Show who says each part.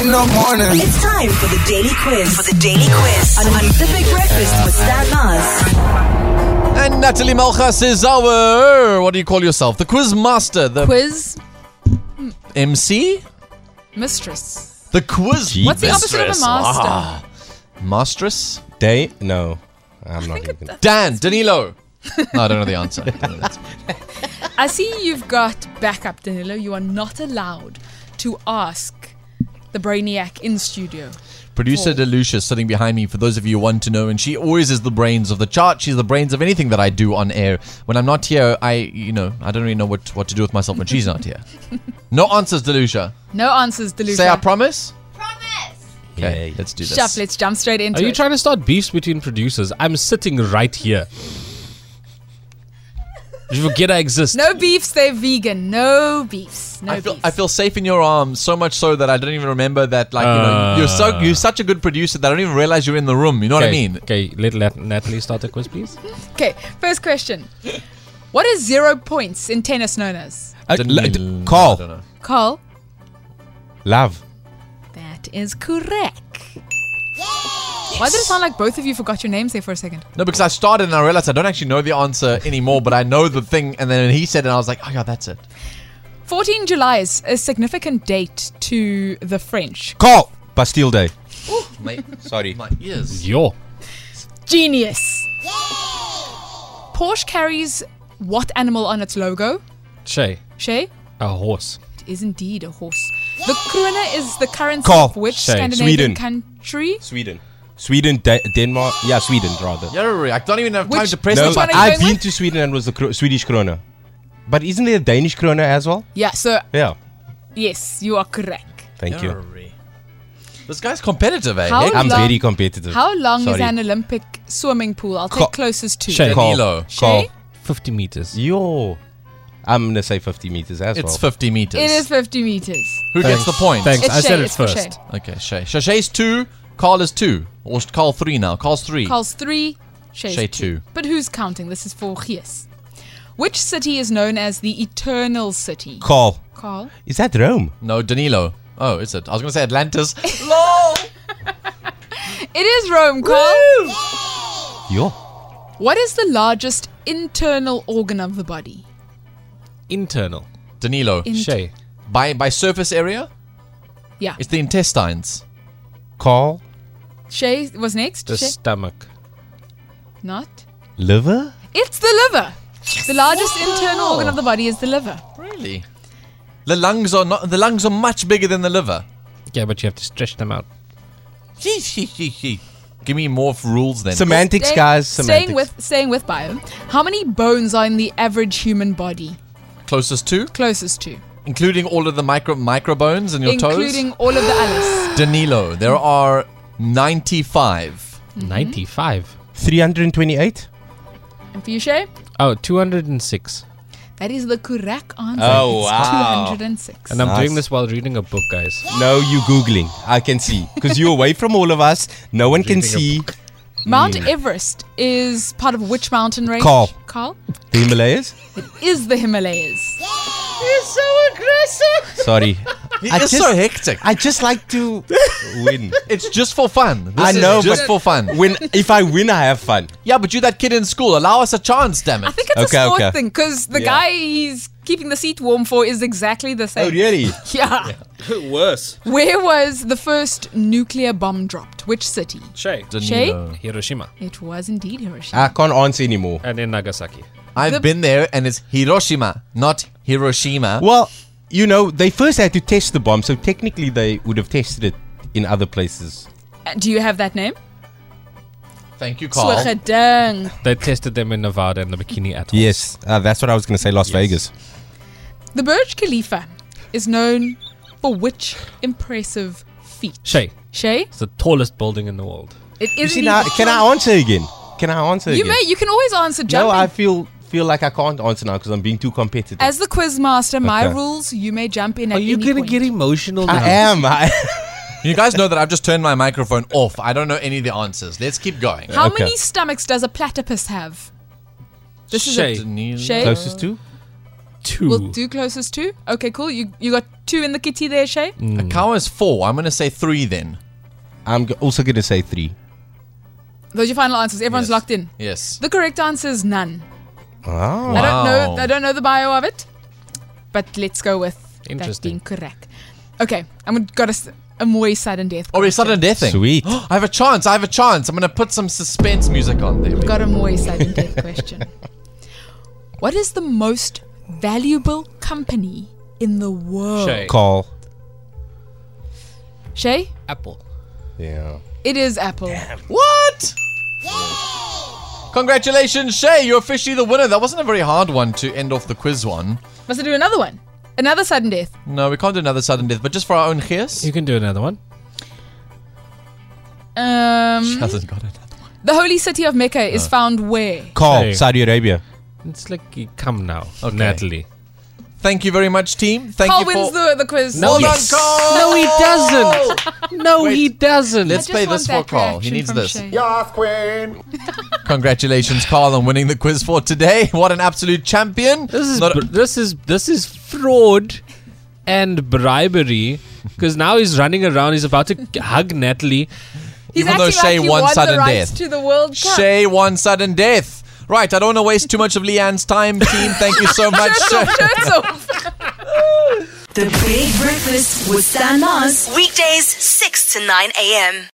Speaker 1: in the morning.
Speaker 2: It's time for the daily quiz. For the daily quiz on, on the Big Breakfast with Stan Mars.
Speaker 3: And Natalie Malchas is our, what do you call yourself? The quiz master, the
Speaker 4: Quiz
Speaker 3: MC?
Speaker 4: mistress.
Speaker 3: The quiz Ah,
Speaker 4: What's the opposite of a master?
Speaker 3: Mastress?
Speaker 5: Day? No, I'm not even.
Speaker 3: Dan, Danilo. No, I don't know the answer. I don't know that.
Speaker 4: I see you've got backup, Danilo. You are not allowed to ask the brainiac in studio.
Speaker 3: Producer Delucia is sitting behind me, for those of you who want to know, and she always is the brains of the chart. She's the brains of anything that I do on air. When I'm not here, I, you know, I don't really know what, what to do with myself when she's not here. No answers, Delucia.
Speaker 4: No answers, Deluca.
Speaker 3: Say I promise. Okay,
Speaker 5: Yeah.
Speaker 3: let's do this.
Speaker 4: Shut up, let's jump straight into
Speaker 5: Are you
Speaker 4: it.
Speaker 5: trying to start beefs between producers? I'm sitting right here. You forget I exist.
Speaker 4: no beefs, they're vegan. No beefs. No
Speaker 3: I feel
Speaker 4: beefs.
Speaker 3: I feel safe in your arms so much so that I don't even remember that like you know
Speaker 5: Uh.
Speaker 3: you're so you're such a good producer that I don't even realize you're in the room. You know what I mean?
Speaker 5: Okay, let, let Natalie start the quiz, please.
Speaker 4: okay, first question. What is zero points in tennis known as?
Speaker 3: Didn't mean-
Speaker 5: Like,
Speaker 3: I don't
Speaker 5: Carl,
Speaker 3: know.
Speaker 4: Carl,
Speaker 5: love.
Speaker 4: that is correct. Why did it sound like both of you forgot your names there for a second?
Speaker 3: No, because I started and I realized I don't actually know the answer anymore, but I know the thing. And then he said, it and I was like, oh yeah, that's it.
Speaker 4: 14 July is a significant date to the French.
Speaker 5: Carl, Bastille Day.
Speaker 3: Mate,
Speaker 5: Sorry.
Speaker 3: my ears.
Speaker 5: Yo.
Speaker 4: Genius. Porsche carries what animal on its logo?
Speaker 5: Shay,
Speaker 4: Shay?
Speaker 5: a horse.
Speaker 4: It is indeed a horse. The krona is the currency
Speaker 5: Carl,
Speaker 4: of which
Speaker 5: Shay,
Speaker 4: Scandinavian
Speaker 5: Sweden.
Speaker 4: country?
Speaker 5: Sweden. Sweden, De- Denmark. Yeah, Sweden, rather.
Speaker 3: Yuri, I don't even have time
Speaker 4: Which-
Speaker 3: to press
Speaker 4: No,
Speaker 3: this
Speaker 4: one are
Speaker 3: button.
Speaker 4: you
Speaker 5: I've
Speaker 4: going
Speaker 5: been
Speaker 4: with?
Speaker 5: to Sweden and was the Kro- Swedish krona. But isn't there a Danish krona as well?
Speaker 4: Yeah, so
Speaker 5: Yeah.
Speaker 4: yes, you are correct.
Speaker 5: Thank you.
Speaker 3: Yuri. This guy's competitive, eh?
Speaker 4: How-
Speaker 5: I'm
Speaker 4: long-
Speaker 5: very competitive.
Speaker 4: How long is
Speaker 5: Sorry.
Speaker 4: an Olympic swimming pool? I'll take
Speaker 5: Ca-
Speaker 4: closest to.
Speaker 5: Shay,
Speaker 3: Danilo.
Speaker 5: Carl,
Speaker 4: Shay?
Speaker 5: Carl. 50 meters. Yo. I'm going to say 50 meters as well.
Speaker 3: It's 50 meters.
Speaker 4: It is 50 meters.
Speaker 3: Who gets the point?
Speaker 5: Thanks,
Speaker 4: It's
Speaker 5: I said
Speaker 4: Shay,
Speaker 5: it
Speaker 4: it's for
Speaker 5: first.
Speaker 4: Shay.
Speaker 3: Okay, Shay. Shay- Shay's two. Carl is two. Or is Carl three now. Carl's three.
Speaker 4: Carl's three, Shay's
Speaker 3: Shay
Speaker 4: two.
Speaker 3: two.
Speaker 4: But who's counting? This is for Gies. Which city is known as the Eternal City?
Speaker 5: Carl.
Speaker 4: Carl?
Speaker 5: Is that Rome?
Speaker 3: No, Danilo. Oh, is it? I was going to say Atlantis.
Speaker 4: It is Rome, Carl.
Speaker 5: Yo.
Speaker 4: What is the largest internal organ of the body?
Speaker 5: Internal.
Speaker 3: Danilo.
Speaker 4: In-
Speaker 5: Shay.
Speaker 3: By, by surface area?
Speaker 4: Yeah.
Speaker 3: It's the intestines.
Speaker 5: Carl.
Speaker 4: Shay was next.
Speaker 5: The
Speaker 4: Shay?
Speaker 5: stomach.
Speaker 4: Not.
Speaker 5: Liver?
Speaker 4: It's the liver. The largest internal organ of the body is the liver.
Speaker 3: Really? The lungs are not. The lungs are much bigger than the liver.
Speaker 5: Yeah, but you have to stretch them out.
Speaker 3: Give me more f- rules then.
Speaker 5: Semantics,
Speaker 4: Staying-
Speaker 5: guys. Semantics.
Speaker 4: Staying with staying with bio. How many bones are in the average human body?
Speaker 3: Closest to,
Speaker 4: Closest to,
Speaker 3: including all of the micro micro bones in your
Speaker 4: including all of the Alice.
Speaker 3: toes. Danilo, there are ninety-five.
Speaker 5: 95.
Speaker 6: 328?
Speaker 4: And for you, Shay,
Speaker 5: Oh, 206.
Speaker 4: that is the correct answer.
Speaker 5: Oh,
Speaker 4: It's
Speaker 5: wow.
Speaker 4: 206.
Speaker 5: And I'm
Speaker 6: Nice.
Speaker 5: doing this while reading a book, guys.
Speaker 6: No, you Googling. I can see. Because you're away from all of us. No one can see.
Speaker 4: Mount Everest is part of which mountain range?
Speaker 6: Carl.
Speaker 4: Carl
Speaker 6: The Himalayas?
Speaker 4: is the Himalayas.
Speaker 6: Sorry.
Speaker 3: It's
Speaker 6: I
Speaker 3: so
Speaker 6: just-
Speaker 3: hectic.
Speaker 6: I just like to win.
Speaker 3: It's just for fun. This
Speaker 6: I
Speaker 3: is
Speaker 6: know,
Speaker 3: just
Speaker 6: but-
Speaker 3: for fun.
Speaker 6: When if I win, I have fun.
Speaker 3: Yeah, but you that kid in school. Allow us a chance, damn
Speaker 4: I
Speaker 3: it.
Speaker 4: think it's
Speaker 6: Okay,
Speaker 4: a sport
Speaker 6: okay.
Speaker 4: thing because the
Speaker 6: Yeah.
Speaker 4: guy he's keeping the seat warm for is exactly the same.
Speaker 6: Oh really?
Speaker 4: Yeah.
Speaker 5: Worse.
Speaker 4: Where was the first nuclear bomb dropped? Which city?
Speaker 5: Shay.
Speaker 3: Danilo.
Speaker 5: uh, Hiroshima.
Speaker 4: It was indeed Hiroshima.
Speaker 6: I can't answer anymore.
Speaker 5: And then Nagasaki.
Speaker 3: I've
Speaker 4: The-
Speaker 3: been there, and it's Hiroshima, not Hiroshima.
Speaker 6: Well, you know, they first had to test the bomb, so technically they would have tested it in other places.
Speaker 4: Uh, Do you have that name?
Speaker 3: Thank you, Carl.
Speaker 4: Swigerdang.
Speaker 5: They tested them in Nevada and the Bikini Atoll.
Speaker 6: Yes, uh, that's what I was going to say. Las Vegas.
Speaker 4: The Burj Khalifa is known for which impressive feat?
Speaker 5: Shay.
Speaker 4: Shay?
Speaker 5: It's the tallest building in the world.
Speaker 4: It is.
Speaker 6: You see
Speaker 4: indeed
Speaker 6: now?
Speaker 4: the
Speaker 6: Can I
Speaker 4: tallest-
Speaker 6: answer again? Can I answer
Speaker 4: You
Speaker 6: again?
Speaker 4: may. You can always answer.
Speaker 6: no,
Speaker 4: Jumping.
Speaker 6: I feel feel like I can't answer now because I'm being too competitive.
Speaker 4: As the quiz master, my
Speaker 6: Okay.
Speaker 4: rules. You may jump in. At
Speaker 5: Are you
Speaker 4: any
Speaker 5: gonna
Speaker 4: point.
Speaker 5: get emotional now?
Speaker 6: I am. I,
Speaker 3: You guys know that I've just turned my microphone off. I don't know any of the answers. Let's keep going.
Speaker 4: How
Speaker 6: Okay.
Speaker 4: many stomachs does a platypus have? This is
Speaker 5: Shay.
Speaker 3: Danilo.
Speaker 4: Shay.
Speaker 6: closest to?
Speaker 5: two.
Speaker 4: Well, two closest two. Okay, cool. You you got two in the kitty there, Shay.
Speaker 6: Mm.
Speaker 3: A cow is four. I'm going to say three then.
Speaker 6: I'm g- also going to say three.
Speaker 4: Those are your final answers. Everyone's
Speaker 3: Yes.
Speaker 4: locked in.
Speaker 3: Yes.
Speaker 4: The correct answer is none.
Speaker 6: Ah.
Speaker 4: I don't
Speaker 3: Wow.
Speaker 4: know. I don't know the bio of it, but let's go with that
Speaker 5: Interesting.
Speaker 4: being correct. Okay, I'm got a, s- a more sudden death.
Speaker 3: Oh, we started a death thing.
Speaker 6: Sweet.
Speaker 3: I have a chance. I have a chance. I'm going to put some suspense music on there.
Speaker 4: Got a more sudden death question. What is the most valuable company in the world?
Speaker 5: Shay.
Speaker 6: Call.
Speaker 4: Shay?
Speaker 5: Apple.
Speaker 6: Yeah.
Speaker 4: It is Apple.
Speaker 3: What? Congratulations, Shay. You're officially the winner. That wasn't a very hard one to end off the quiz one.
Speaker 4: Must I do another one? Another sudden death.
Speaker 3: No, we can't do another sudden death, but just for our own E gears.
Speaker 5: You can do another one.
Speaker 3: She
Speaker 4: Um,
Speaker 3: hasn't got it.
Speaker 4: the holy city of Mecca is
Speaker 3: Uh.
Speaker 4: found where?
Speaker 6: Call.
Speaker 5: Hey.
Speaker 6: Saudi Arabia.
Speaker 5: It's like you come now,
Speaker 3: Okay.
Speaker 5: Natalie.
Speaker 3: Thank you very much, team. Thank
Speaker 4: Carl
Speaker 3: you for.
Speaker 4: wins the, the quiz.
Speaker 5: No,
Speaker 3: Well done,
Speaker 5: Yes.
Speaker 3: Carl.
Speaker 5: No, he
Speaker 4: Oh!
Speaker 5: doesn't. No, he doesn't.
Speaker 4: I
Speaker 3: Let's
Speaker 4: just
Speaker 3: play
Speaker 4: want
Speaker 3: this for
Speaker 4: that
Speaker 3: Carl. He
Speaker 4: reaction
Speaker 3: needs
Speaker 4: from
Speaker 3: this.
Speaker 4: Shay.
Speaker 3: Congratulations, Carl, on winning the quiz for today. What an absolute champion!
Speaker 5: This is
Speaker 3: Not-
Speaker 5: br- this is this is fraud and bribery. Because now he's running around. He's about to hug Natalie.
Speaker 4: He's
Speaker 3: Even though
Speaker 4: acting
Speaker 3: Shay
Speaker 4: like he
Speaker 3: won
Speaker 4: won
Speaker 3: sudden
Speaker 4: the rights
Speaker 3: death.
Speaker 4: to the World Cup.
Speaker 3: Shay one sudden death. Right, I don't want to waste too much of Leanne's time, team. Thank you so much, Shay.
Speaker 4: Shirts off.
Speaker 2: The Big Breakfast with Stan Mars. Weekdays, 6 to 9 a.m.